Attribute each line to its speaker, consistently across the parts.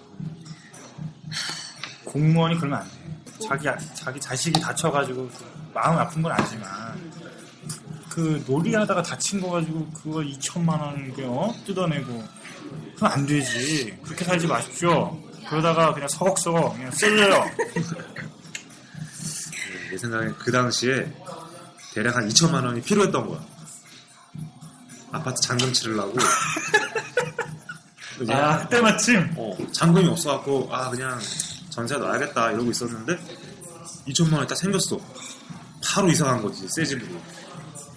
Speaker 1: 공무원이 그러면 안 돼. 자기 아- 자기 자식이 다쳐가지고 그 마음 아픈 건 알지만 그 놀이하다가 다친 거 가지고 그거 2천만 원을 어? 뜯어내고 그건 안 되지. 그렇게 살지 마십시오. 그러다가 그냥 서걱서걱 그냥 쓸려요.
Speaker 2: 내 생각엔 그 당시에 대략 한 2천만 원이 필요했던 거야. 아파트 잔금 치르려고. 그냥
Speaker 1: 아 그때 마침
Speaker 2: 어, 잔금이 없어갖고 아 그냥 전세 놔야겠다 이러고 있었는데 2천만 원이 딱 생겼어. 바로 이사 간 거지 새 집으로.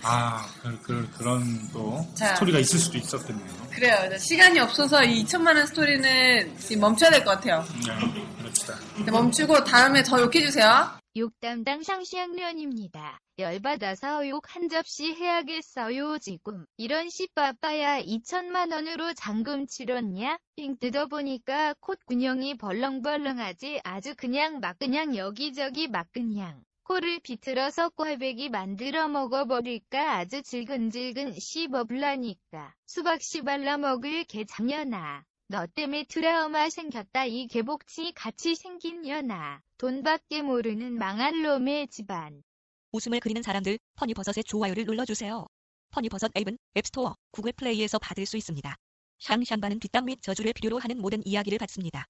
Speaker 1: 아 그, 그, 그런 또
Speaker 3: 자.
Speaker 1: 스토리가 있을 수도 있었겠네요.
Speaker 3: 그래요 이제 시간이 없어서 이 2천만 원 스토리는 지금 멈춰야 될 것 같아요
Speaker 1: 그냥 그렇다.
Speaker 3: 이제 멈추고 다음에 더 욕해주세요
Speaker 4: 욕 담당 상시양련입니다. 열받아서 욕 한 접시 해야겠어요 지금. 이런 씨빠빠야 2천만 원으로 잔금 치렀냐? 빙 뜯어보니까 콧구녕이 벌렁벌렁하지 아주 그냥 막 그냥 여기저기 막 그냥. 코를 비틀어서 꼴배기 만들어 먹어버릴까 아주 질근질근 씹어불라니까. 수박 씨발라 먹을 개 장년아. 너 때문에 트라우마 생겼다 이 개복치 같이 생긴 년아. 돈밖에 모르는 망할 놈의 집안.
Speaker 5: 웃음을 그리는 사람들, 퍼니버섯의 좋아요를 눌러주세요. 퍼니버섯 앱은 앱스토어, 구글 플레이에서 받을 수 있습니다. 샹샹바는 뒷담 및 저주를 필요로 하는 모든 이야기를 받습니다.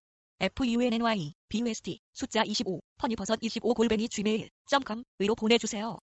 Speaker 5: funny, bust, 숫자 25, 퍼니버섯 25 골뱅이 gmail.com 으로 보내주세요.